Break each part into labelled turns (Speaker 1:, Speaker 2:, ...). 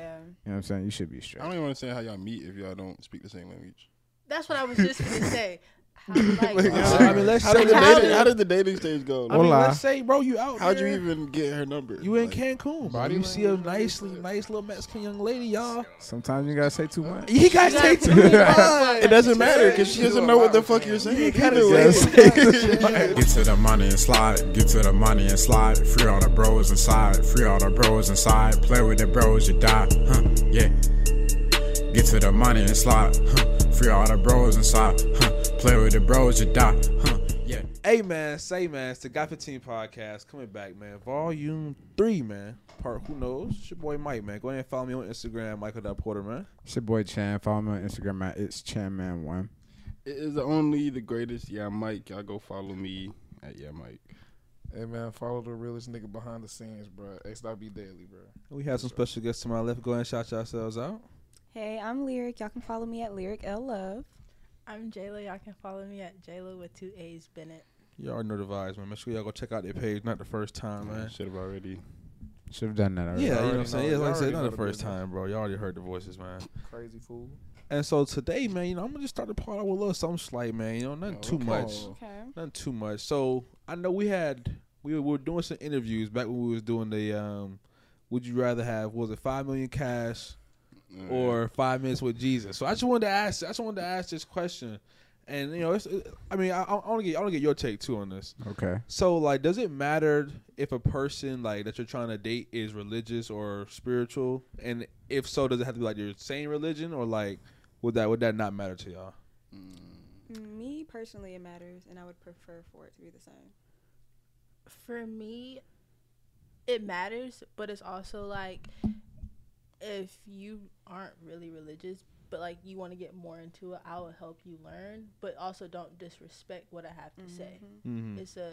Speaker 1: You know what I'm saying? You should be
Speaker 2: I
Speaker 1: straight.
Speaker 2: don't even understand how y'all meet if y'all don't speak the same language.
Speaker 3: That's what I was just gonna say. How, like,
Speaker 2: Like,
Speaker 3: uh,
Speaker 2: how-
Speaker 4: I mean, let's
Speaker 2: how, did
Speaker 4: say
Speaker 2: the
Speaker 4: that-
Speaker 2: dating, how did the dating stage go?
Speaker 4: I mean,
Speaker 1: Hola.
Speaker 4: let's say, bro, you out.
Speaker 2: How'd you
Speaker 4: there.
Speaker 2: even get her number?
Speaker 4: You in
Speaker 2: Like,
Speaker 4: Cancun, bro.
Speaker 2: Body
Speaker 4: You see a
Speaker 2: language,
Speaker 4: nicely,
Speaker 2: yeah.
Speaker 4: nice little Mexican young lady, y'all.
Speaker 1: Sometimes you gotta say too much.
Speaker 4: He got
Speaker 3: gotta
Speaker 4: taken.
Speaker 3: say too
Speaker 4: It
Speaker 2: It doesn't matter because she
Speaker 4: She's
Speaker 2: doesn't
Speaker 4: a
Speaker 2: know what the
Speaker 4: model,
Speaker 2: fuck
Speaker 4: fam.
Speaker 2: you're saying.
Speaker 4: You gotta
Speaker 2: either way.
Speaker 4: say it.
Speaker 5: Get to the money and slide, get to the money and slide. Free all the bros inside, free all the bros inside. Play with the bros, you die, huh? Yeah. Get to the money and slide, huh? Free all the bros inside, huh? Play with the bros, you die, huh? Yeah.
Speaker 4: Hey man, say man, it's the Got 15 podcast coming back, man. Volume three, man. Part who knows? It's your boy Mike, man. Go ahead and follow me on Instagram, Michael.porter, man.
Speaker 1: It's your boy Chan. Follow me on Instagram at it's Chanman1.
Speaker 2: It is only the greatest. Yeah, Mike. Y'all go follow me at Yeah, Mike.
Speaker 6: Hey man, follow the realest nigga behind the scenes, bro. XW Daily, bro.
Speaker 4: We have some special guests to my left. Go ahead and shout yourselves out.
Speaker 7: Hey, I'm Lyric. Y'all can follow me at Lyric L Love.
Speaker 3: I'm Jayla. Y'all can follow me at Jayla with two A's Bennett.
Speaker 4: Y'all already know the vibes, man. Make sure y'all go check out their page. Not the first time, man.
Speaker 2: Should have already.
Speaker 1: Should have done that already.
Speaker 4: Yeah, you know what I'm
Speaker 6: already
Speaker 4: saying?
Speaker 6: know-
Speaker 4: Yeah, like
Speaker 6: y'all
Speaker 4: I said,
Speaker 6: already
Speaker 4: not
Speaker 6: know
Speaker 4: the
Speaker 6: the
Speaker 4: first
Speaker 6: business.
Speaker 4: time, bro. Y'all already heard the voices, man.
Speaker 6: Crazy fool.
Speaker 4: And so today, man, you know, I'm gonna just start the pod out with a little something slight, man. You know, nothing
Speaker 6: Oh,
Speaker 4: too
Speaker 6: okay.
Speaker 4: much.
Speaker 7: Okay.
Speaker 4: Nothing too much. So I know we had we were, we were doing some interviews back when we was doing the um would you rather have was it five million cash
Speaker 6: Mm.
Speaker 4: or five minutes with Jesus? So I just wanted to ask I just wanted to ask this question. And you know, it's, it, I mean, I, I want to get I want to get your take too on this.
Speaker 1: Okay.
Speaker 4: So like, does it matter if a person like that you're trying to date is religious or spiritual? And if so, does it have to be like your same religion or like would that would that not matter to y'all?
Speaker 7: Me personally, it matters, and I would prefer for it to be the same.
Speaker 3: For me, it matters, but it's also like if you aren't really religious, but like you want to get more into it, I will help you learn, but also don't disrespect what I have to say.
Speaker 4: Mm-hmm.
Speaker 3: It's a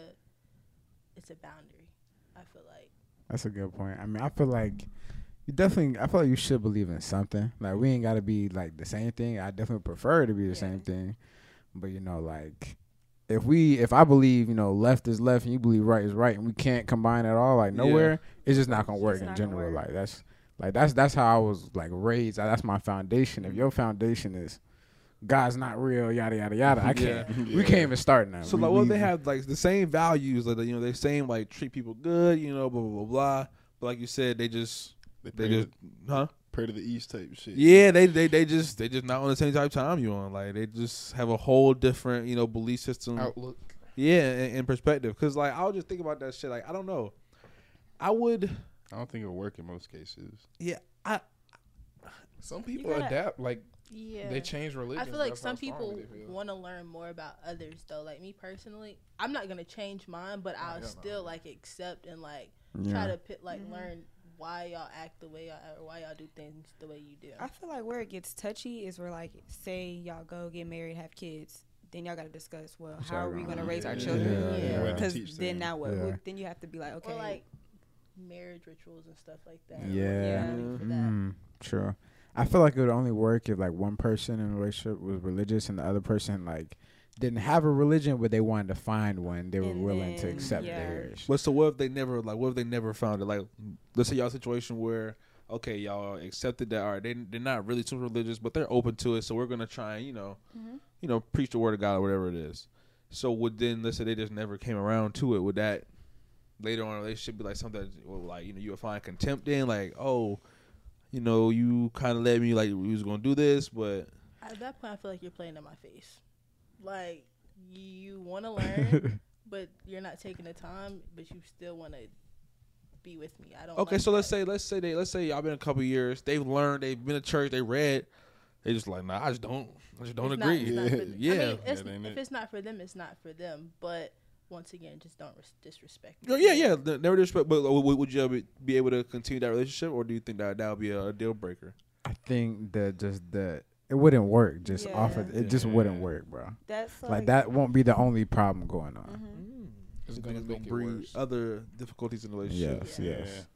Speaker 3: it's a boundary. I feel like
Speaker 1: That's a good point. I mean, I feel like you definitely. I feel like you should believe in something. Like we ain't got to be like the same thing. I definitely prefer it to be the
Speaker 3: Yeah.
Speaker 1: same thing, but you know, like if we, if I believe, you know, left is left and you believe right is right, and we can't combine at all, like
Speaker 4: Yeah.
Speaker 1: nowhere, it's just not gonna
Speaker 7: It's
Speaker 1: work
Speaker 7: just
Speaker 1: in
Speaker 7: not gonna
Speaker 1: general.
Speaker 7: work.
Speaker 1: Like that's, like that's that's how I was like raised. That's my foundation. If your foundation is God's not real, yada yada yada, I can't. We can't even start now.
Speaker 4: So
Speaker 1: We-
Speaker 4: like, what if
Speaker 1: we-
Speaker 4: they have like the same values? Like you know, they same like treat people good, you know, blah blah blah blah. But like you said, they just
Speaker 2: They pray,
Speaker 4: they just
Speaker 2: to,
Speaker 4: huh?
Speaker 2: pray to the East type shit.
Speaker 4: Yeah, they they they just they just not on the same type of time you on. Like they just have a whole different you know belief system.
Speaker 6: Outlook.
Speaker 4: Yeah, and, and perspective. Because like I was just think about that shit. Like I don't know, I would.
Speaker 2: I don't think it'll work in most cases.
Speaker 4: Yeah, I
Speaker 6: Some people
Speaker 3: gotta-
Speaker 6: adapt, like
Speaker 3: yeah.
Speaker 6: they change religion.
Speaker 3: I feel like some people want to learn more about others, though. Like me personally, I'm not gonna change mine, but I'll
Speaker 6: hell no.
Speaker 3: still like accept and like
Speaker 1: yeah.
Speaker 3: try to pit, like learn why y'all act the way y'all act, or why y'all do things the way you do.
Speaker 7: I feel like where it gets touchy is where, like, say y'all go get married, have kids, then y'all got to discuss, well, how are we
Speaker 1: y'all
Speaker 7: going to
Speaker 1: gonna
Speaker 7: raise our
Speaker 1: do?
Speaker 7: children?
Speaker 3: Yeah.
Speaker 2: Yeah.
Speaker 7: Because
Speaker 2: Teach them.
Speaker 7: then now what?
Speaker 1: Yeah.
Speaker 7: What- Then you have to be like, okay,
Speaker 3: Or like marriage rituals and stuff like that.
Speaker 1: Yeah.
Speaker 7: Yeah.
Speaker 3: For that.
Speaker 1: Mm, true. I feel like it would only work if like one person in a relationship was religious and the other person like didn't have a religion, but they wanted to find one. They were
Speaker 7: And
Speaker 1: willing to
Speaker 7: then,
Speaker 1: accept
Speaker 7: yeah.
Speaker 1: theirs.
Speaker 4: But so what if they never like what if they never found it? Like let's say y'all situation where okay, y'all accepted that all right, they they're not really super religious, but they're open to it, so we're gonna try and, you know, you know, preach the word of God or whatever it is. So would then let's say they just never came around to it, would that later on in a relationship be like something that, well, like, you know, you would find contempt in, like, oh, you know, you kinda let me like we was gonna do this, but
Speaker 3: At that point, I feel like you're playing in my face. Like you want to learn, but you're not taking the time, but you still want to be with me. I don't. Oh,
Speaker 4: Okay,
Speaker 3: like
Speaker 4: so let's
Speaker 3: that.
Speaker 4: say let's say they let's say y'all been a couple years, they've learned, they've been to church, they read, they just like, nah, I just don't I just don't
Speaker 3: It's not-
Speaker 4: agree.
Speaker 3: it's not for them.
Speaker 4: Yeah.
Speaker 3: I
Speaker 4: Yeah.
Speaker 3: mean, it's,
Speaker 2: That ain't
Speaker 3: if
Speaker 2: it.
Speaker 3: it's not for them, it's not for them. But once again, just don't res- disrespect.
Speaker 4: Yeah,
Speaker 3: them.
Speaker 4: Oh, yeah, yeah. ne- Never disrespect, but uh, would, would you ever be able to continue that relationship, or do you think that that would be a deal breaker?
Speaker 1: I think that just the it wouldn't work just off of it just wouldn't
Speaker 4: Yeah.
Speaker 1: work, bro.
Speaker 7: that's
Speaker 1: Like that won't be the only problem going on.
Speaker 6: It's
Speaker 4: You
Speaker 6: gonna,
Speaker 4: think it's gonna
Speaker 6: make it
Speaker 4: breed
Speaker 6: worse.
Speaker 4: other difficulties in the relationship.
Speaker 1: Yes,
Speaker 2: Yeah.
Speaker 1: yes.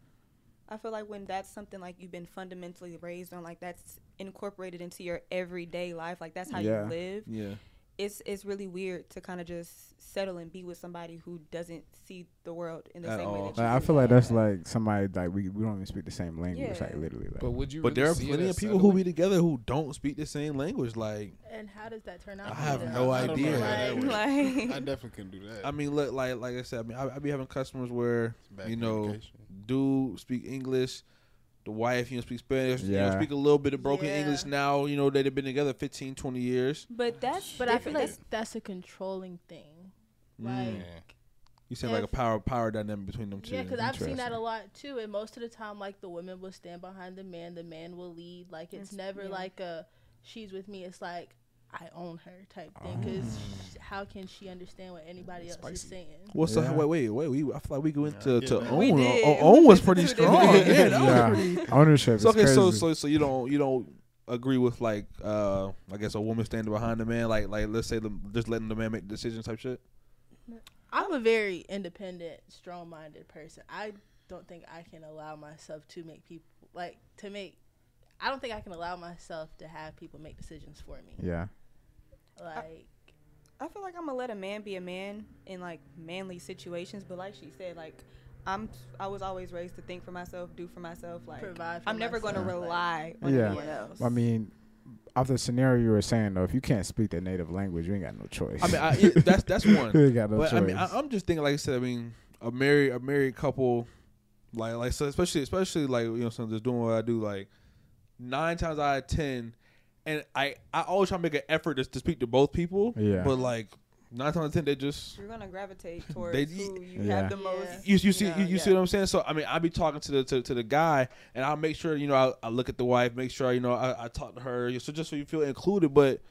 Speaker 7: I feel like when that's something like you've been fundamentally raised on, like that's incorporated into your everyday life, like that's how
Speaker 1: Yeah.
Speaker 7: you live.
Speaker 4: Yeah,
Speaker 7: it's it's really weird to kind of just settle and be with somebody who doesn't see the world in the
Speaker 4: At
Speaker 7: same
Speaker 4: all.
Speaker 7: way that you
Speaker 1: Like, I
Speaker 7: do.
Speaker 1: feel like that's like somebody like we, we don't even speak the same language.
Speaker 7: Yeah.
Speaker 1: Like literally, like
Speaker 6: But would you?
Speaker 4: But
Speaker 6: really
Speaker 4: there are
Speaker 6: see it
Speaker 4: plenty of
Speaker 6: as
Speaker 4: people who
Speaker 6: settling?
Speaker 4: be together who don't speak the same language. Like,
Speaker 3: And how does that turn out?
Speaker 4: I
Speaker 3: for
Speaker 4: have
Speaker 3: them?
Speaker 4: no
Speaker 6: I don't know
Speaker 4: idea.
Speaker 6: how that
Speaker 3: Like,
Speaker 6: works.
Speaker 7: like
Speaker 6: I definitely couldn't do that.
Speaker 4: I mean, look, like like I said, I mean, I, I be having customers where
Speaker 6: It's bad
Speaker 4: you know,
Speaker 6: communication.
Speaker 4: dude speak English, the wife you know speak Spanish, you know
Speaker 1: Yeah.
Speaker 4: speak a little bit of broken
Speaker 3: Yeah.
Speaker 4: English. Now you know they've been together 15, 20 years.
Speaker 7: but that's
Speaker 3: but I feel like
Speaker 7: different.
Speaker 3: that's a controlling thing.
Speaker 4: Mm.
Speaker 3: Like,
Speaker 4: You seem like a
Speaker 3: If-
Speaker 4: power power dynamic between them two.
Speaker 3: Yeah, because I've seen that a lot too. And most of the time, like the women will stand behind the man, the man will lead. Like it's
Speaker 7: It's-
Speaker 3: never
Speaker 7: yeah.
Speaker 3: like a she's with me. It's like I own her type thing. Because
Speaker 4: Mm.
Speaker 3: how can she understand what anybody else is
Speaker 6: Spicy.
Speaker 3: saying?
Speaker 4: Well, so
Speaker 1: Yeah.
Speaker 4: wait, wait, wait. We I feel like we go into to
Speaker 6: Yeah.
Speaker 4: own.
Speaker 7: We did.
Speaker 4: Oh, own was pretty
Speaker 7: We did.
Speaker 4: strong. yeah, that was
Speaker 1: Yeah.
Speaker 4: pretty.
Speaker 1: ownership. Is
Speaker 4: So okay,
Speaker 1: crazy.
Speaker 4: so so so you don't you don't agree with like uh I guess a woman standing behind the man like like let's say the, just letting the man make decisions type shit.
Speaker 3: I'm a very independent, strong-minded person. I don't think I can allow myself to make people like to make. I don't think I can allow myself to have people make decisions for me.
Speaker 1: yeah,
Speaker 3: Like
Speaker 7: I feel like I'm gonna let a man be a man in like manly situations, but like she said, like I'm I was always raised to think for myself, do for myself. Like
Speaker 3: Provide for
Speaker 7: I'm never gonna
Speaker 3: myself, like-
Speaker 7: rely on
Speaker 1: Yeah.
Speaker 7: anyone else.
Speaker 1: I mean, off the scenario you were saying though, if you can't speak the native language, you ain't got no choice.
Speaker 4: I mean, I, it, that's that's one.
Speaker 1: you ain't got no
Speaker 4: but
Speaker 1: choice.
Speaker 4: I mean, I, I'm just thinking like I said. I mean, a married a married couple, like like so especially especially like you know so just doing what I do like nine times out of ten, and I I always try to make an effort to, to speak to both people.
Speaker 1: Yeah.
Speaker 4: But like nine times out of ten, they just
Speaker 7: You're gonna gravitate towards
Speaker 4: They-
Speaker 7: who you
Speaker 1: Yeah.
Speaker 7: have the most.
Speaker 3: Yeah.
Speaker 4: you, you see
Speaker 7: Yeah,
Speaker 4: you, you see
Speaker 7: yeah.
Speaker 4: what I'm saying. So I mean, I be talking to the to, to the guy, and I make sure you know I, I look at the wife, make sure you know I, I talk to her, so just so you feel included. But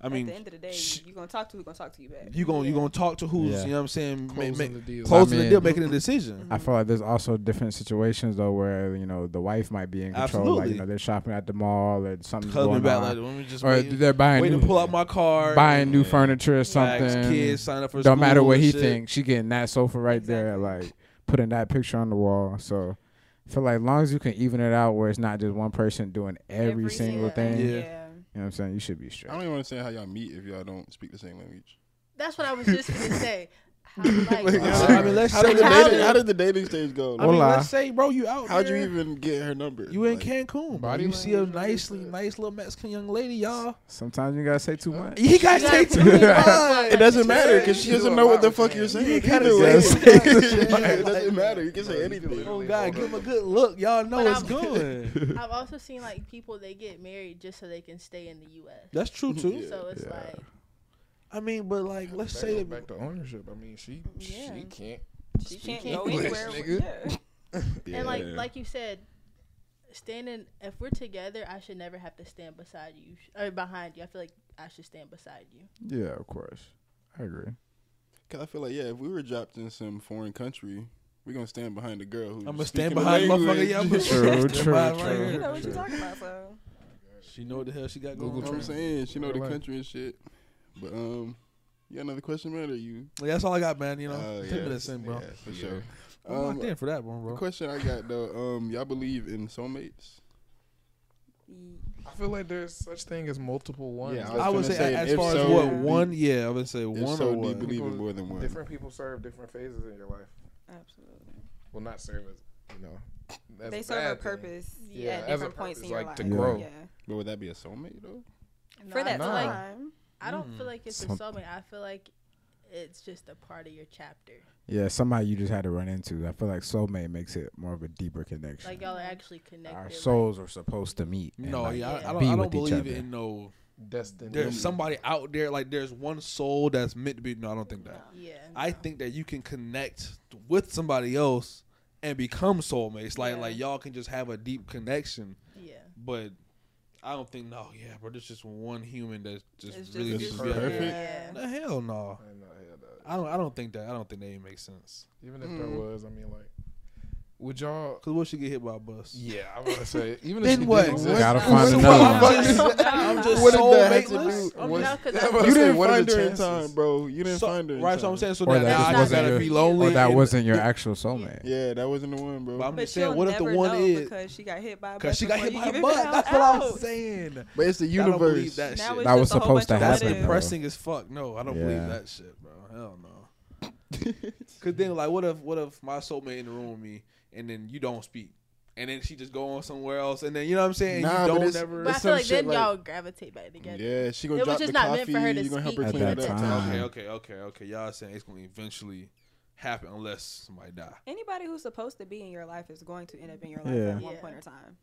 Speaker 4: I
Speaker 7: At
Speaker 4: mean,
Speaker 7: the end of the day,
Speaker 4: sh-
Speaker 7: you're gonna talk to who gonna talk to you back.
Speaker 4: you gonna you
Speaker 7: Yeah.
Speaker 4: gonna talk to who's
Speaker 1: Yeah.
Speaker 4: you know what I'm saying ma-
Speaker 6: Closing
Speaker 4: ma-
Speaker 6: the deal.
Speaker 4: closing
Speaker 1: I
Speaker 4: the deal,
Speaker 1: mean-
Speaker 4: making a decision.
Speaker 1: I feel like there's also different situations though where you know the wife might be in control, like
Speaker 4: Absolutely.
Speaker 1: you know they're shopping at the mall or something's going
Speaker 4: Husband back
Speaker 1: on,
Speaker 4: like, let me just
Speaker 1: or
Speaker 4: wait,
Speaker 1: they're buying
Speaker 4: wait
Speaker 1: new,
Speaker 4: to pull out my car,
Speaker 1: buying new
Speaker 4: and
Speaker 1: furniture or
Speaker 4: tax,
Speaker 1: something.
Speaker 4: Kids sign up for
Speaker 1: Don't matter
Speaker 4: school
Speaker 1: what
Speaker 4: and
Speaker 1: he
Speaker 4: shit.
Speaker 1: thinks, she getting that sofa right there, like putting that picture on the wall. So I feel like as long as you can even it out where it's not just one person doing every,
Speaker 7: Every
Speaker 1: single
Speaker 7: single-
Speaker 1: thing,
Speaker 4: Yeah.
Speaker 1: you know what I'm saying? You should be straight.
Speaker 2: I don't even understand how y'all meet if y'all don't speak the same language.
Speaker 3: that's what I was just gonna say. How, like,
Speaker 2: Like,
Speaker 4: So, I mean, let's
Speaker 2: How
Speaker 4: say
Speaker 2: did, the
Speaker 3: How
Speaker 2: dating,
Speaker 3: did-
Speaker 2: how did the dating stage go?
Speaker 4: I mean,
Speaker 1: Hola.
Speaker 4: let's say, bro, you out.
Speaker 2: How'd you
Speaker 4: there.
Speaker 2: even get her number?
Speaker 4: You in
Speaker 2: Like,
Speaker 4: Cancun, bro.
Speaker 6: body
Speaker 4: You see a
Speaker 6: language, what is
Speaker 4: nicely
Speaker 6: it?
Speaker 4: nice little Mexican young lady, y'all.
Speaker 1: Sometimes you gotta say too much.
Speaker 4: He got
Speaker 3: You
Speaker 4: take
Speaker 3: gotta-
Speaker 4: too
Speaker 2: It doesn't matter because she
Speaker 6: You
Speaker 2: doesn't
Speaker 6: do a
Speaker 2: know
Speaker 6: lot
Speaker 2: what the
Speaker 6: with
Speaker 2: fuck
Speaker 6: him.
Speaker 2: you're saying.
Speaker 4: You kinda
Speaker 2: Either way.
Speaker 4: say
Speaker 2: It doesn't matter. You can say anything.
Speaker 4: Oh God, give him a good look. Y'all know
Speaker 3: But
Speaker 4: it's
Speaker 3: I'm-
Speaker 4: good.
Speaker 3: I've also seen like people they get married just so they can stay in the U.S.
Speaker 4: That's true too.
Speaker 3: So it's
Speaker 1: Yeah.
Speaker 3: like
Speaker 4: I mean, but like, let's
Speaker 6: That
Speaker 4: say
Speaker 6: goes
Speaker 4: that.
Speaker 6: back to ownership. I mean, she
Speaker 7: Yeah.
Speaker 6: she can't.
Speaker 7: She can't
Speaker 3: can't
Speaker 7: go
Speaker 3: do
Speaker 6: this,
Speaker 7: anywhere. with-
Speaker 6: nigga.
Speaker 7: yeah.
Speaker 3: and like like you said, standing if we're together, I should never have to stand beside you sh- or behind you. I feel like I should stand beside you.
Speaker 1: Yeah, of course. I agree.
Speaker 2: Cause I feel like yeah, if we were dropped in some foreign country, we're gonna stand behind the girl who.
Speaker 4: I'm gonna stand behind the motherfucker. Yeah, I'm gonna
Speaker 1: True,
Speaker 4: stand
Speaker 1: true,
Speaker 4: behind
Speaker 1: true.
Speaker 4: here.
Speaker 7: You know what you're talking about, so
Speaker 4: She know what the hell she got
Speaker 2: You
Speaker 4: going
Speaker 2: know what
Speaker 4: on.
Speaker 2: I'm saying? She know the
Speaker 6: Right.
Speaker 2: country and shit. But um, you got another question, man? Or you?
Speaker 4: Like, that's all I got, man. You know,
Speaker 2: Uh,
Speaker 4: ten minutes in, bro.
Speaker 2: yeah, for sure.
Speaker 4: I'm locked
Speaker 2: Um,
Speaker 4: in for that one,
Speaker 2: the
Speaker 4: bro.
Speaker 2: question I got though, um, y'all believe in soulmates?
Speaker 6: I feel like there's such thing as multiple ones.
Speaker 2: Yeah, I
Speaker 6: That's
Speaker 2: was
Speaker 4: I would
Speaker 2: finna
Speaker 4: say,
Speaker 2: say,
Speaker 4: as
Speaker 2: if
Speaker 4: far as
Speaker 2: so,
Speaker 4: what
Speaker 7: do you-
Speaker 4: one, yeah, I would say one
Speaker 2: if so,
Speaker 4: or
Speaker 2: do you
Speaker 4: what.
Speaker 2: believe in
Speaker 6: People-
Speaker 2: more than one?
Speaker 6: Different people serve different phases in your life.
Speaker 7: absolutely.
Speaker 6: Well, not serve as you know. That's
Speaker 7: they
Speaker 6: a
Speaker 7: serve a
Speaker 6: bad thing.
Speaker 7: purpose
Speaker 6: Yeah,
Speaker 7: at
Speaker 6: as a
Speaker 7: different points
Speaker 6: purpose,
Speaker 7: in your
Speaker 6: like,
Speaker 7: life.
Speaker 6: to
Speaker 1: grow.
Speaker 7: Yeah.
Speaker 2: But would that be a soulmate though?
Speaker 7: For
Speaker 3: No, I
Speaker 7: that
Speaker 3: feel
Speaker 6: Nah.
Speaker 3: like,
Speaker 7: time.
Speaker 3: I don't
Speaker 4: Mm.
Speaker 3: feel like it's
Speaker 1: Some-
Speaker 3: a soulmate. I feel like it's just a part of your chapter.
Speaker 1: Yeah, somebody you just had to run into. I feel like soulmate makes it more of a deeper connection.
Speaker 3: Like y'all are actually connected.
Speaker 1: Our
Speaker 3: like-
Speaker 1: souls are supposed to meet. and,
Speaker 4: No,
Speaker 1: like,
Speaker 4: yeah, I- I
Speaker 1: be
Speaker 4: don't. I don't
Speaker 1: with each
Speaker 4: believe
Speaker 1: other.
Speaker 4: in no.
Speaker 6: Destiny.
Speaker 4: There's somebody out there. Like, there's one soul that's meant to be. No, I don't think that.
Speaker 3: yeah.
Speaker 4: I think that you can connect with somebody else and become soulmates. Like
Speaker 7: Yeah.
Speaker 4: like y'all can just have a deep connection.
Speaker 3: yeah.
Speaker 4: But I don't think no, yeah, bro. There's just one human that's just
Speaker 7: It's
Speaker 4: really
Speaker 7: just
Speaker 4: just
Speaker 6: perfect.
Speaker 4: perfect.
Speaker 3: Yeah.
Speaker 4: The hell no.
Speaker 6: I know, hell no. Mm-hmm.
Speaker 4: I don't. I don't think that. I don't think that even makes sense.
Speaker 6: Even if there was, I mean, like, Would y'all?
Speaker 4: Cause what she get hit by a bus?
Speaker 6: Yeah, I want to say even
Speaker 4: Then
Speaker 6: if she
Speaker 4: what? What-
Speaker 6: didn't exist,
Speaker 1: Gotta
Speaker 6: what
Speaker 1: find
Speaker 6: the
Speaker 1: another
Speaker 6: fuck
Speaker 1: one.
Speaker 6: is that?
Speaker 4: I'm just
Speaker 6: What did
Speaker 4: so
Speaker 6: that have to
Speaker 4: mateless.
Speaker 6: do?
Speaker 4: I'm
Speaker 6: What-
Speaker 3: No,
Speaker 4: just-
Speaker 3: 'cause
Speaker 6: that
Speaker 3: I-
Speaker 6: was-
Speaker 2: You didn't
Speaker 6: what are
Speaker 2: find
Speaker 6: the
Speaker 2: her in time,
Speaker 6: chances?
Speaker 2: bro. You didn't
Speaker 4: so-
Speaker 2: find her. In
Speaker 4: Right, so
Speaker 2: time.
Speaker 4: I'm saying so
Speaker 1: Or
Speaker 4: now,
Speaker 1: that
Speaker 4: now I
Speaker 3: wasn't
Speaker 4: just gotta
Speaker 1: your-
Speaker 4: be lonely.
Speaker 1: Or that
Speaker 4: and-
Speaker 1: wasn't your actual soulmate.
Speaker 2: Yeah, that wasn't the one, bro.
Speaker 4: But I'm
Speaker 7: But
Speaker 4: just
Speaker 7: she'll
Speaker 4: saying, what if the
Speaker 7: never
Speaker 4: one
Speaker 7: know
Speaker 4: is?
Speaker 7: because she got hit by a bus?
Speaker 4: Cause she got hit
Speaker 7: before
Speaker 4: by
Speaker 7: you
Speaker 4: a
Speaker 7: even
Speaker 4: bus.
Speaker 7: found
Speaker 4: That's what I was
Speaker 7: out.
Speaker 4: saying.
Speaker 2: But it's the
Speaker 4: I don't believe
Speaker 2: universe.
Speaker 4: that
Speaker 7: Now
Speaker 4: shit.
Speaker 7: it's
Speaker 1: That was
Speaker 7: just a whole
Speaker 1: supposed to
Speaker 7: bunch of
Speaker 4: That's
Speaker 1: happen,
Speaker 7: what ifs.
Speaker 1: bro.
Speaker 4: depressing as fuck. No, I don't believe
Speaker 1: Yeah.
Speaker 4: that shit, bro. Hell no. Cause then like, what if what if my soulmate in the room with me, and then you don't speak, and then she just go on somewhere else, and then you know what I'm saying?
Speaker 2: Nah,
Speaker 4: you
Speaker 2: but
Speaker 4: don't
Speaker 2: it's-
Speaker 4: never.
Speaker 3: But I
Speaker 2: It's
Speaker 3: feel
Speaker 2: some
Speaker 3: like then
Speaker 2: shit like-
Speaker 3: y'all gravitate back together.
Speaker 2: Yeah, she gonna
Speaker 3: It was
Speaker 2: drop the
Speaker 3: just not
Speaker 2: coffee.
Speaker 3: meant for her to
Speaker 2: you gonna help her
Speaker 3: speak
Speaker 2: clean
Speaker 1: at
Speaker 2: it
Speaker 1: that
Speaker 2: up.
Speaker 1: time.
Speaker 4: okay, okay, okay, okay. Y'all saying it's gonna eventually happen unless somebody die.
Speaker 7: Anybody who's supposed to be in your life is going to end up in your life
Speaker 1: Yeah.
Speaker 7: at one
Speaker 3: Yeah.
Speaker 7: point in time.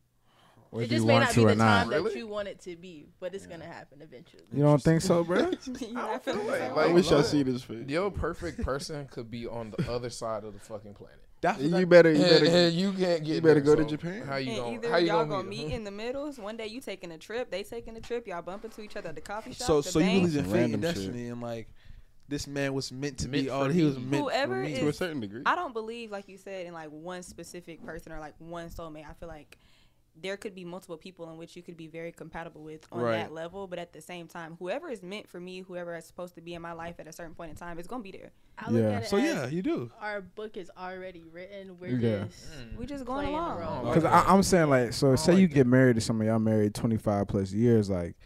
Speaker 1: Whether
Speaker 3: it just
Speaker 1: you
Speaker 3: may
Speaker 1: want
Speaker 3: not be
Speaker 1: to
Speaker 3: the
Speaker 1: or not.
Speaker 3: time that you want it to be, but it's gonna happen eventually.
Speaker 1: You don't think so, bro?
Speaker 7: You're not feeling the same
Speaker 6: like-
Speaker 2: I
Speaker 7: way.
Speaker 2: wish I see this face.
Speaker 6: Your perfect person could be on the other side of the fucking planet.
Speaker 4: That's what
Speaker 2: You
Speaker 4: that-
Speaker 2: better, you
Speaker 6: And,
Speaker 2: better.
Speaker 6: and you can't get.
Speaker 2: you better go
Speaker 6: there,
Speaker 2: to
Speaker 6: so
Speaker 2: Japan.
Speaker 6: How you
Speaker 7: And
Speaker 6: going?
Speaker 7: either
Speaker 6: How you
Speaker 7: y'all
Speaker 6: gonna meet?
Speaker 7: meet in the middles. One day you taking a trip, they taking a trip. Y'all bump into each other at the coffee shop.
Speaker 4: so
Speaker 7: the
Speaker 4: so you
Speaker 7: bank.
Speaker 4: believe in
Speaker 2: Some
Speaker 4: fate and
Speaker 2: random shit.
Speaker 4: destiny and like this man was meant to
Speaker 6: Meant
Speaker 4: be all
Speaker 6: for
Speaker 4: he was
Speaker 6: me.
Speaker 4: meant for
Speaker 7: Whoever
Speaker 4: me.
Speaker 7: is-
Speaker 2: to a certain degree.
Speaker 7: I don't believe, like you said, in like one specific person or like one soulmate. I feel like there could be multiple people in which you could be very compatible with on
Speaker 4: Right.
Speaker 7: that level, but at the same time, whoever is meant for me, whoever is supposed to be in my life at a certain point in time, is gonna be there.
Speaker 3: I look
Speaker 1: Yeah.
Speaker 3: at it
Speaker 4: So
Speaker 3: as
Speaker 4: yeah, you do.
Speaker 3: our book is already written. We're
Speaker 1: Yeah.
Speaker 3: just
Speaker 4: Mm.
Speaker 7: We just going
Speaker 3: Mm. playing a
Speaker 7: along.
Speaker 3: role.
Speaker 6: Oh,
Speaker 1: Because I'm saying like, so say
Speaker 6: like
Speaker 1: you
Speaker 6: that.
Speaker 1: get married to somebody y'all married 25 plus years, like,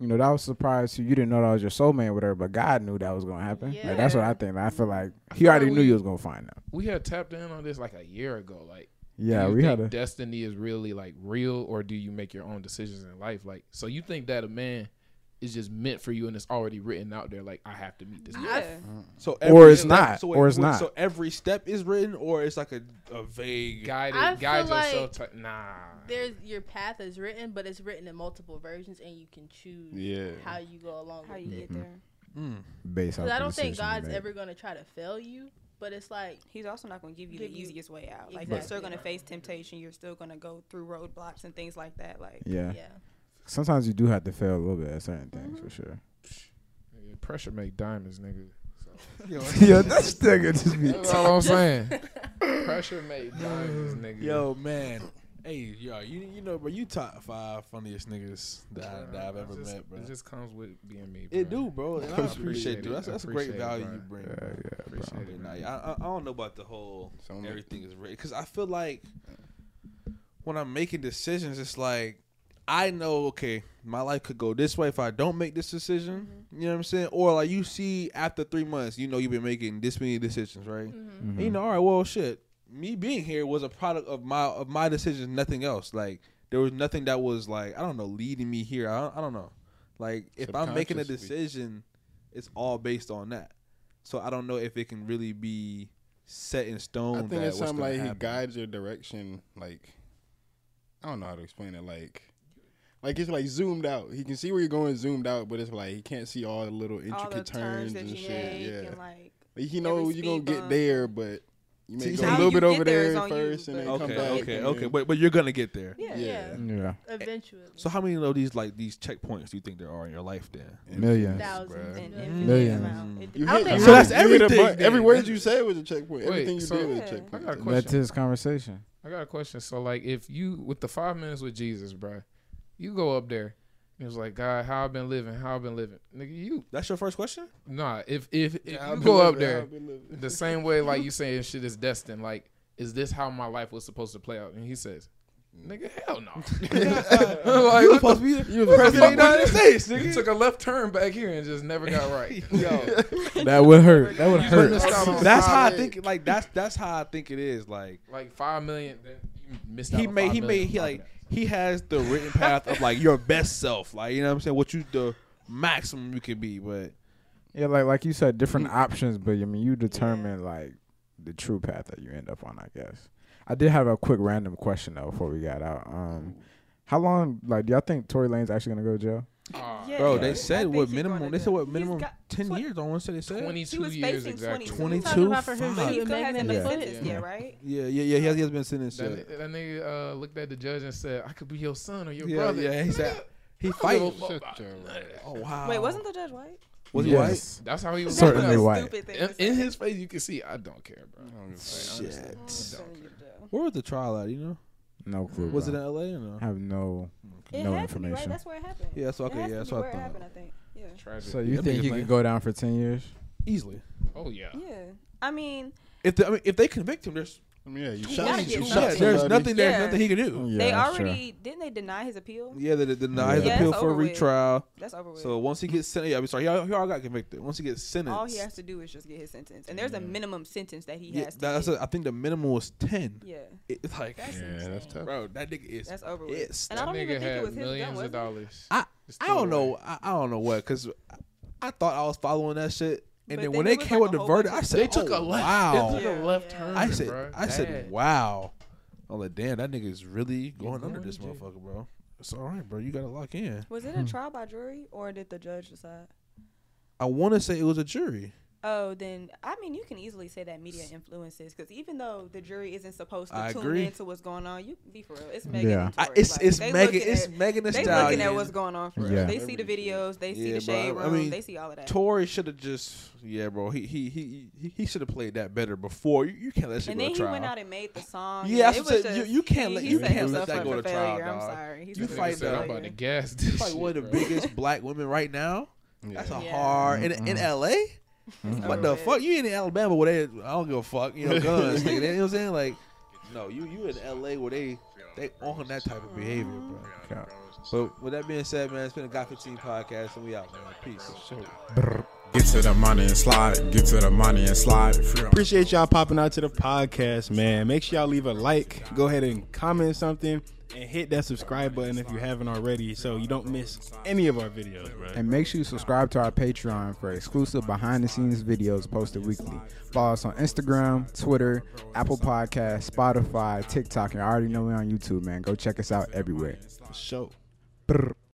Speaker 1: you know, that was a surprise to you. You didn't know that was your soulmate or whatever, but God knew that was gonna happen. Like, that's what I
Speaker 3: Yeah.
Speaker 1: think. I feel like
Speaker 6: feel
Speaker 1: He
Speaker 6: like
Speaker 1: already knew
Speaker 6: we-
Speaker 1: you was gonna find out.
Speaker 6: We had tapped in on this like a year ago. Like, do
Speaker 1: Yeah,
Speaker 6: you
Speaker 1: we
Speaker 6: think
Speaker 1: had a.
Speaker 6: destiny is really like real, or do you make your own decisions in life? Like, so you think that a man is just meant for you, and it's already written out there. Like, I have to meet this. man.
Speaker 7: Yeah.
Speaker 4: So
Speaker 1: Or it's
Speaker 4: step-
Speaker 1: not.
Speaker 4: So
Speaker 1: Or it's not.
Speaker 4: So every step is written, or it's like a, a vague.
Speaker 6: Guided,
Speaker 3: I
Speaker 6: guide
Speaker 3: feel
Speaker 6: yourself. to, nah,
Speaker 3: There's your path is written, but it's written in multiple versions, and you can choose
Speaker 2: Yeah.
Speaker 3: how you go along
Speaker 7: How
Speaker 3: with
Speaker 7: you
Speaker 3: it.
Speaker 7: get there?
Speaker 4: Mm.
Speaker 1: based off
Speaker 3: Because
Speaker 1: the
Speaker 3: I don't
Speaker 1: decision
Speaker 3: think
Speaker 1: you
Speaker 3: God's
Speaker 1: made.
Speaker 3: ever gonna try to fail you, but it's like
Speaker 7: He's also not gonna give you
Speaker 3: Give
Speaker 7: the
Speaker 3: you-
Speaker 7: easiest way out. Like you're
Speaker 3: Exactly.
Speaker 7: still gonna face temptation. You're still gonna go through roadblocks and things like that. Like
Speaker 1: Yeah.
Speaker 3: yeah.
Speaker 1: Sometimes you do have to fail a little bit at certain things for sure.
Speaker 7: Mm-hmm.
Speaker 6: Nigga, pressure make diamonds, nigga.
Speaker 4: Yo,
Speaker 1: Yo, that's still gonna just be.
Speaker 6: That's all I'm saying. pressure make diamonds, nigga.
Speaker 4: yo, man. Hey, yo, you you know, bro, you top five funniest niggas that, I, that I've
Speaker 6: It
Speaker 4: ever
Speaker 6: just-
Speaker 4: met, bro.
Speaker 6: It just comes with being me.
Speaker 4: It
Speaker 6: bro.
Speaker 4: do, bro. And I
Speaker 6: Appreciate
Speaker 4: appreciate
Speaker 6: it.
Speaker 4: you. That's, that's a
Speaker 6: Appreciate
Speaker 4: great
Speaker 6: it,
Speaker 4: value
Speaker 6: bro.
Speaker 4: you bring.
Speaker 1: Yeah,
Speaker 4: bro.
Speaker 1: yeah, bro.
Speaker 6: Appreciate
Speaker 4: But
Speaker 6: it,
Speaker 4: nah,
Speaker 6: man.
Speaker 4: I, I, I don't know about the whole
Speaker 2: Sound like-
Speaker 4: everything is ready because I feel like when I'm making decisions, it's like I know okay, my life could go this way if I don't make this decision. You know what I'm saying? Or like you see after three months, you know you've been making this many decisions, right?
Speaker 6: Mm-hmm.
Speaker 4: And you know, all right, well, shit, me being here was a product of my of my decisions, nothing else. Like there was nothing that was like I don't know leading me here. I don't, I don't know. Like if I'm making a
Speaker 2: Subconsciously.
Speaker 4: decision, it's all based on that. So I don't know if it can really be set in stone.
Speaker 2: I think
Speaker 4: that
Speaker 2: it's
Speaker 4: what's
Speaker 2: something
Speaker 4: gonna
Speaker 2: like he
Speaker 4: happen.
Speaker 2: guides your direction. Like I don't know how to explain it. Like, like it's like zoomed out. He can see where you're going zoomed out, but it's like he can't see all the little intricate
Speaker 7: all the
Speaker 2: turns,
Speaker 7: turns that
Speaker 2: and
Speaker 7: you
Speaker 2: shit.
Speaker 7: make
Speaker 2: yeah,
Speaker 7: and like
Speaker 2: Like, he knows
Speaker 7: every
Speaker 2: you're gonna
Speaker 7: speed
Speaker 2: get
Speaker 7: bump.
Speaker 2: there, but you
Speaker 4: See,
Speaker 2: may
Speaker 4: so
Speaker 2: go a
Speaker 4: how
Speaker 2: little
Speaker 7: you
Speaker 2: bit over
Speaker 7: get there
Speaker 2: there
Speaker 7: is
Speaker 2: at
Speaker 7: on you,
Speaker 2: first, and
Speaker 7: but-
Speaker 2: then
Speaker 4: Okay,
Speaker 2: come back.
Speaker 4: okay,
Speaker 2: and
Speaker 4: okay,
Speaker 2: then-
Speaker 4: but but you're gonna get there.
Speaker 7: yeah.
Speaker 2: yeah,
Speaker 1: Yeah,
Speaker 3: Eventually.
Speaker 4: So how many of these like these checkpoints do you think there are in your life? Then
Speaker 1: millions.
Speaker 3: thousands.
Speaker 7: An
Speaker 3: millions.
Speaker 7: infinite
Speaker 1: Millions.
Speaker 7: amount. It
Speaker 2: You
Speaker 3: I
Speaker 2: hit,
Speaker 3: think-
Speaker 2: you
Speaker 3: So
Speaker 2: hit-
Speaker 4: that's
Speaker 2: you hit a
Speaker 4: everything
Speaker 2: button.
Speaker 4: then.
Speaker 2: Every word you said was a checkpoint. Everything you
Speaker 6: so-
Speaker 2: did was a
Speaker 7: Yeah.
Speaker 2: checkpoint.
Speaker 6: I got a
Speaker 1: Led
Speaker 6: question.
Speaker 1: to this conversation.
Speaker 6: I got a question. So, like, if you with the five minutes with Jesus, bruh, you go up there. and It was like, God, how I've been living, how I've been living, nigga. You
Speaker 4: That's your first question.
Speaker 6: nah. If if, if
Speaker 2: I've
Speaker 6: you
Speaker 2: been
Speaker 6: go up
Speaker 2: living,
Speaker 6: there,
Speaker 2: I've been living.
Speaker 6: the same way like you saying shit is destined. Like, is this how my life was supposed to play out? And he says, nigga, hell no. like,
Speaker 4: you
Speaker 6: what
Speaker 4: was supposed
Speaker 6: the
Speaker 4: to be the
Speaker 2: You was
Speaker 4: president of the United
Speaker 6: fuck?
Speaker 4: States,
Speaker 6: you
Speaker 4: nigga.
Speaker 6: took a left turn back here and just never got right.
Speaker 4: Yo,
Speaker 1: That would hurt. That would
Speaker 6: Putting
Speaker 1: hurt.
Speaker 6: us out on
Speaker 4: that's how I
Speaker 6: solid-
Speaker 4: think. Like that's that's how I think it is. Like
Speaker 6: Like five million. Then you missed out
Speaker 4: he
Speaker 6: on
Speaker 4: made
Speaker 6: five
Speaker 4: he
Speaker 6: million
Speaker 4: made he
Speaker 6: from
Speaker 4: like
Speaker 6: that.
Speaker 4: he has the written path of like your best self. Like you know what I'm saying. What you the maximum you can be, but
Speaker 1: Yeah, like like you said, different options, but I mean, you determine like the true path that you end up on. I guess. I did have a quick random question though before we got out. Um, how long? Like, do y'all think Tory Lane's actually gonna go to jail?
Speaker 6: Ah,
Speaker 7: Yeah.
Speaker 4: bro,
Speaker 7: I
Speaker 4: they said
Speaker 7: think
Speaker 4: what
Speaker 7: he's going
Speaker 4: minimum.
Speaker 7: to
Speaker 4: They said what
Speaker 7: jail.
Speaker 4: minimum
Speaker 7: He's got
Speaker 4: ten
Speaker 7: tw-
Speaker 4: years. I want to say they said.
Speaker 7: He
Speaker 6: Twenty-two
Speaker 7: was
Speaker 6: years
Speaker 7: facing
Speaker 6: exactly.
Speaker 7: 22.
Speaker 3: We
Speaker 4: 22.
Speaker 3: talking about for him
Speaker 4: Fuck.
Speaker 7: But he
Speaker 3: shooting
Speaker 7: still
Speaker 3: Megan
Speaker 7: hasn't
Speaker 3: in the
Speaker 7: been
Speaker 1: Yeah.
Speaker 7: sentenced
Speaker 3: foot.
Speaker 7: yet, right?
Speaker 4: Yeah, yeah, yeah. He has, he has been sentenced.
Speaker 6: That,
Speaker 4: yet.
Speaker 6: that nigga uh, looked at the judge and said, "I could be your son or your
Speaker 4: Yeah,
Speaker 6: brother."
Speaker 4: yeah. He said he
Speaker 6: Fuck
Speaker 4: fighting.
Speaker 6: him up.
Speaker 4: Oh wow.
Speaker 7: Wait, wasn't the judge white?
Speaker 4: Was he white?
Speaker 1: yes.
Speaker 6: That's how he was.
Speaker 1: Sorry.
Speaker 6: looking.
Speaker 1: Certainly white.
Speaker 6: In, in his face, you can see I don't care, bro.
Speaker 2: I don't give a fuck.
Speaker 4: Shit. Where was the trial at? You know,
Speaker 1: No clue.
Speaker 4: was it
Speaker 1: bro.
Speaker 4: in L.A. or no?
Speaker 1: I have no. No information.
Speaker 7: That's where it happened.
Speaker 4: Yeah, that's
Speaker 7: It
Speaker 4: okay.
Speaker 7: has
Speaker 4: Yeah,
Speaker 7: to
Speaker 4: that's
Speaker 7: be
Speaker 4: what
Speaker 7: where
Speaker 4: I
Speaker 7: it
Speaker 4: thought.
Speaker 7: happened, I think. Yeah.
Speaker 6: Tragic.
Speaker 1: So you
Speaker 4: Them
Speaker 1: think
Speaker 4: niggas
Speaker 1: he
Speaker 4: lame.
Speaker 1: could go down for ten years?
Speaker 4: Easily.
Speaker 6: oh yeah.
Speaker 7: Yeah. I mean,
Speaker 4: If the, I mean, if they convict him, there's
Speaker 2: I mean, yeah, you
Speaker 7: He
Speaker 2: shot.
Speaker 7: gotta
Speaker 2: You
Speaker 7: get
Speaker 4: yeah,
Speaker 2: shot.
Speaker 7: nothing.
Speaker 4: there's
Speaker 2: somebody.
Speaker 4: nothing there's
Speaker 7: Yeah.
Speaker 4: nothing he can do.
Speaker 1: Yeah,
Speaker 7: they
Speaker 1: that's true.
Speaker 7: already didn't they deny his appeal?
Speaker 4: Yeah, they they deny his
Speaker 1: Yeah,
Speaker 4: appeal
Speaker 7: it's
Speaker 4: for
Speaker 7: over with.
Speaker 4: retrial.
Speaker 7: That's over with.
Speaker 4: So once he gets sentenced, yeah, I'm sorry, he all, he all got convicted. Once he gets sentenced,
Speaker 7: all he has to do is just get his sentence, and there's a minimum sentence that he
Speaker 4: yeah,
Speaker 7: has to.
Speaker 4: that's
Speaker 7: get.
Speaker 4: a, I think the minimum was ten.
Speaker 7: yeah,
Speaker 4: It- It's like,
Speaker 7: That's
Speaker 2: Yeah, that's tough.
Speaker 4: bro, that nigga is.
Speaker 7: that's over with.
Speaker 4: pissed.
Speaker 7: And
Speaker 6: That
Speaker 7: I don't
Speaker 6: nigga
Speaker 7: even think it
Speaker 6: had
Speaker 7: was his gun.
Speaker 6: millions
Speaker 7: Was
Speaker 6: of
Speaker 7: it?
Speaker 6: dollars.
Speaker 4: I
Speaker 6: It's
Speaker 4: I
Speaker 6: still
Speaker 4: don't know.
Speaker 6: away.
Speaker 4: I, I don't know what because I thought I was following that shit, and
Speaker 7: But
Speaker 4: then
Speaker 7: then
Speaker 4: when
Speaker 7: it
Speaker 4: they
Speaker 7: was
Speaker 4: came
Speaker 7: like
Speaker 4: with
Speaker 7: a
Speaker 4: the
Speaker 7: whole
Speaker 4: verdict, I
Speaker 7: bunch
Speaker 4: said,
Speaker 6: They took
Speaker 4: "Oh,
Speaker 6: a left.
Speaker 4: wow."
Speaker 6: They took
Speaker 7: Yeah.
Speaker 6: a left
Speaker 7: Yeah.
Speaker 6: turn.
Speaker 4: I said,
Speaker 6: bro.
Speaker 4: I said,
Speaker 6: Bad.
Speaker 4: wow. I'm like, damn, that nigga's really going under
Speaker 6: going
Speaker 4: this
Speaker 6: to jail.
Speaker 4: motherfucker, bro. It's all right, bro. You gotta lock in.
Speaker 7: Was
Speaker 1: Hmm.
Speaker 7: it a trial by jury or did the judge decide?
Speaker 4: I want to say it was a jury.
Speaker 7: Oh, then I mean you can easily say that media influences because even though the jury isn't supposed to
Speaker 4: Mm. I
Speaker 7: tune
Speaker 4: agree.
Speaker 7: into what's going on, you be for real. It's Megan.
Speaker 1: Yeah.
Speaker 7: and
Speaker 4: I,
Speaker 7: Tory.
Speaker 4: it's
Speaker 7: Like,
Speaker 4: it's
Speaker 7: they
Speaker 4: Megan.
Speaker 7: looking
Speaker 4: It's
Speaker 7: at,
Speaker 4: Megan Thee
Speaker 7: They
Speaker 4: Stallion.
Speaker 7: looking at what's going on for real.
Speaker 1: Yeah.
Speaker 7: They see the videos. They see
Speaker 4: Yeah,
Speaker 7: the
Speaker 4: bro,
Speaker 7: shade
Speaker 4: I
Speaker 7: room.
Speaker 4: mean,
Speaker 7: they see all of that.
Speaker 4: Tory should have just yeah, bro. He he he he, he should have played that better before. You, you can't let shit
Speaker 7: and
Speaker 4: go
Speaker 7: then
Speaker 4: to
Speaker 7: he
Speaker 4: trial.
Speaker 7: went out and made the song.
Speaker 4: Yeah,
Speaker 7: and
Speaker 4: I
Speaker 7: it
Speaker 4: said,
Speaker 7: was
Speaker 4: you-
Speaker 7: just-
Speaker 4: you can't
Speaker 7: he-
Speaker 4: let-
Speaker 7: he
Speaker 4: you
Speaker 7: set
Speaker 4: can't let
Speaker 7: himself
Speaker 4: that
Speaker 7: up
Speaker 4: go
Speaker 7: for
Speaker 4: to trial,
Speaker 7: failure. I'm
Speaker 4: dog.
Speaker 7: sorry. He
Speaker 4: You
Speaker 7: set
Speaker 4: fight
Speaker 6: Nigga said,
Speaker 7: himself
Speaker 4: that.
Speaker 6: I'm
Speaker 7: up
Speaker 6: about to
Speaker 7: for
Speaker 6: gas this.
Speaker 4: Probably
Speaker 6: shit,
Speaker 4: one of the
Speaker 6: bro.
Speaker 4: biggest black women right now. That's a
Speaker 7: Yeah.
Speaker 4: hard in in L.A. What the
Speaker 7: over
Speaker 4: fuck?
Speaker 7: with.
Speaker 4: You in Alabama where they I don't give a fuck. You know guns. nigga, you know what I'm saying? Like, no, you you in L.A. where they they on that type of behavior, bro.
Speaker 1: Yeah.
Speaker 4: But with that being said, man, it's been a Got 15 podcast, and we out, man. Peace.
Speaker 5: Get to the money and slide. Get to the money and slide. Free on.
Speaker 2: Appreciate y'all popping out to the podcast, man. Make sure y'all leave a like, go ahead and comment something, and hit that subscribe button if you haven't already, so you don't miss any of our videos, bro.
Speaker 1: And make sure you subscribe to our Patreon for exclusive behind the scenes videos posted weekly. Follow us on Instagram, Twitter, Apple Podcasts, Spotify, TikTok, and I already know we're on YouTube, man. Go check us out everywhere.
Speaker 2: Show.
Speaker 1: Brr.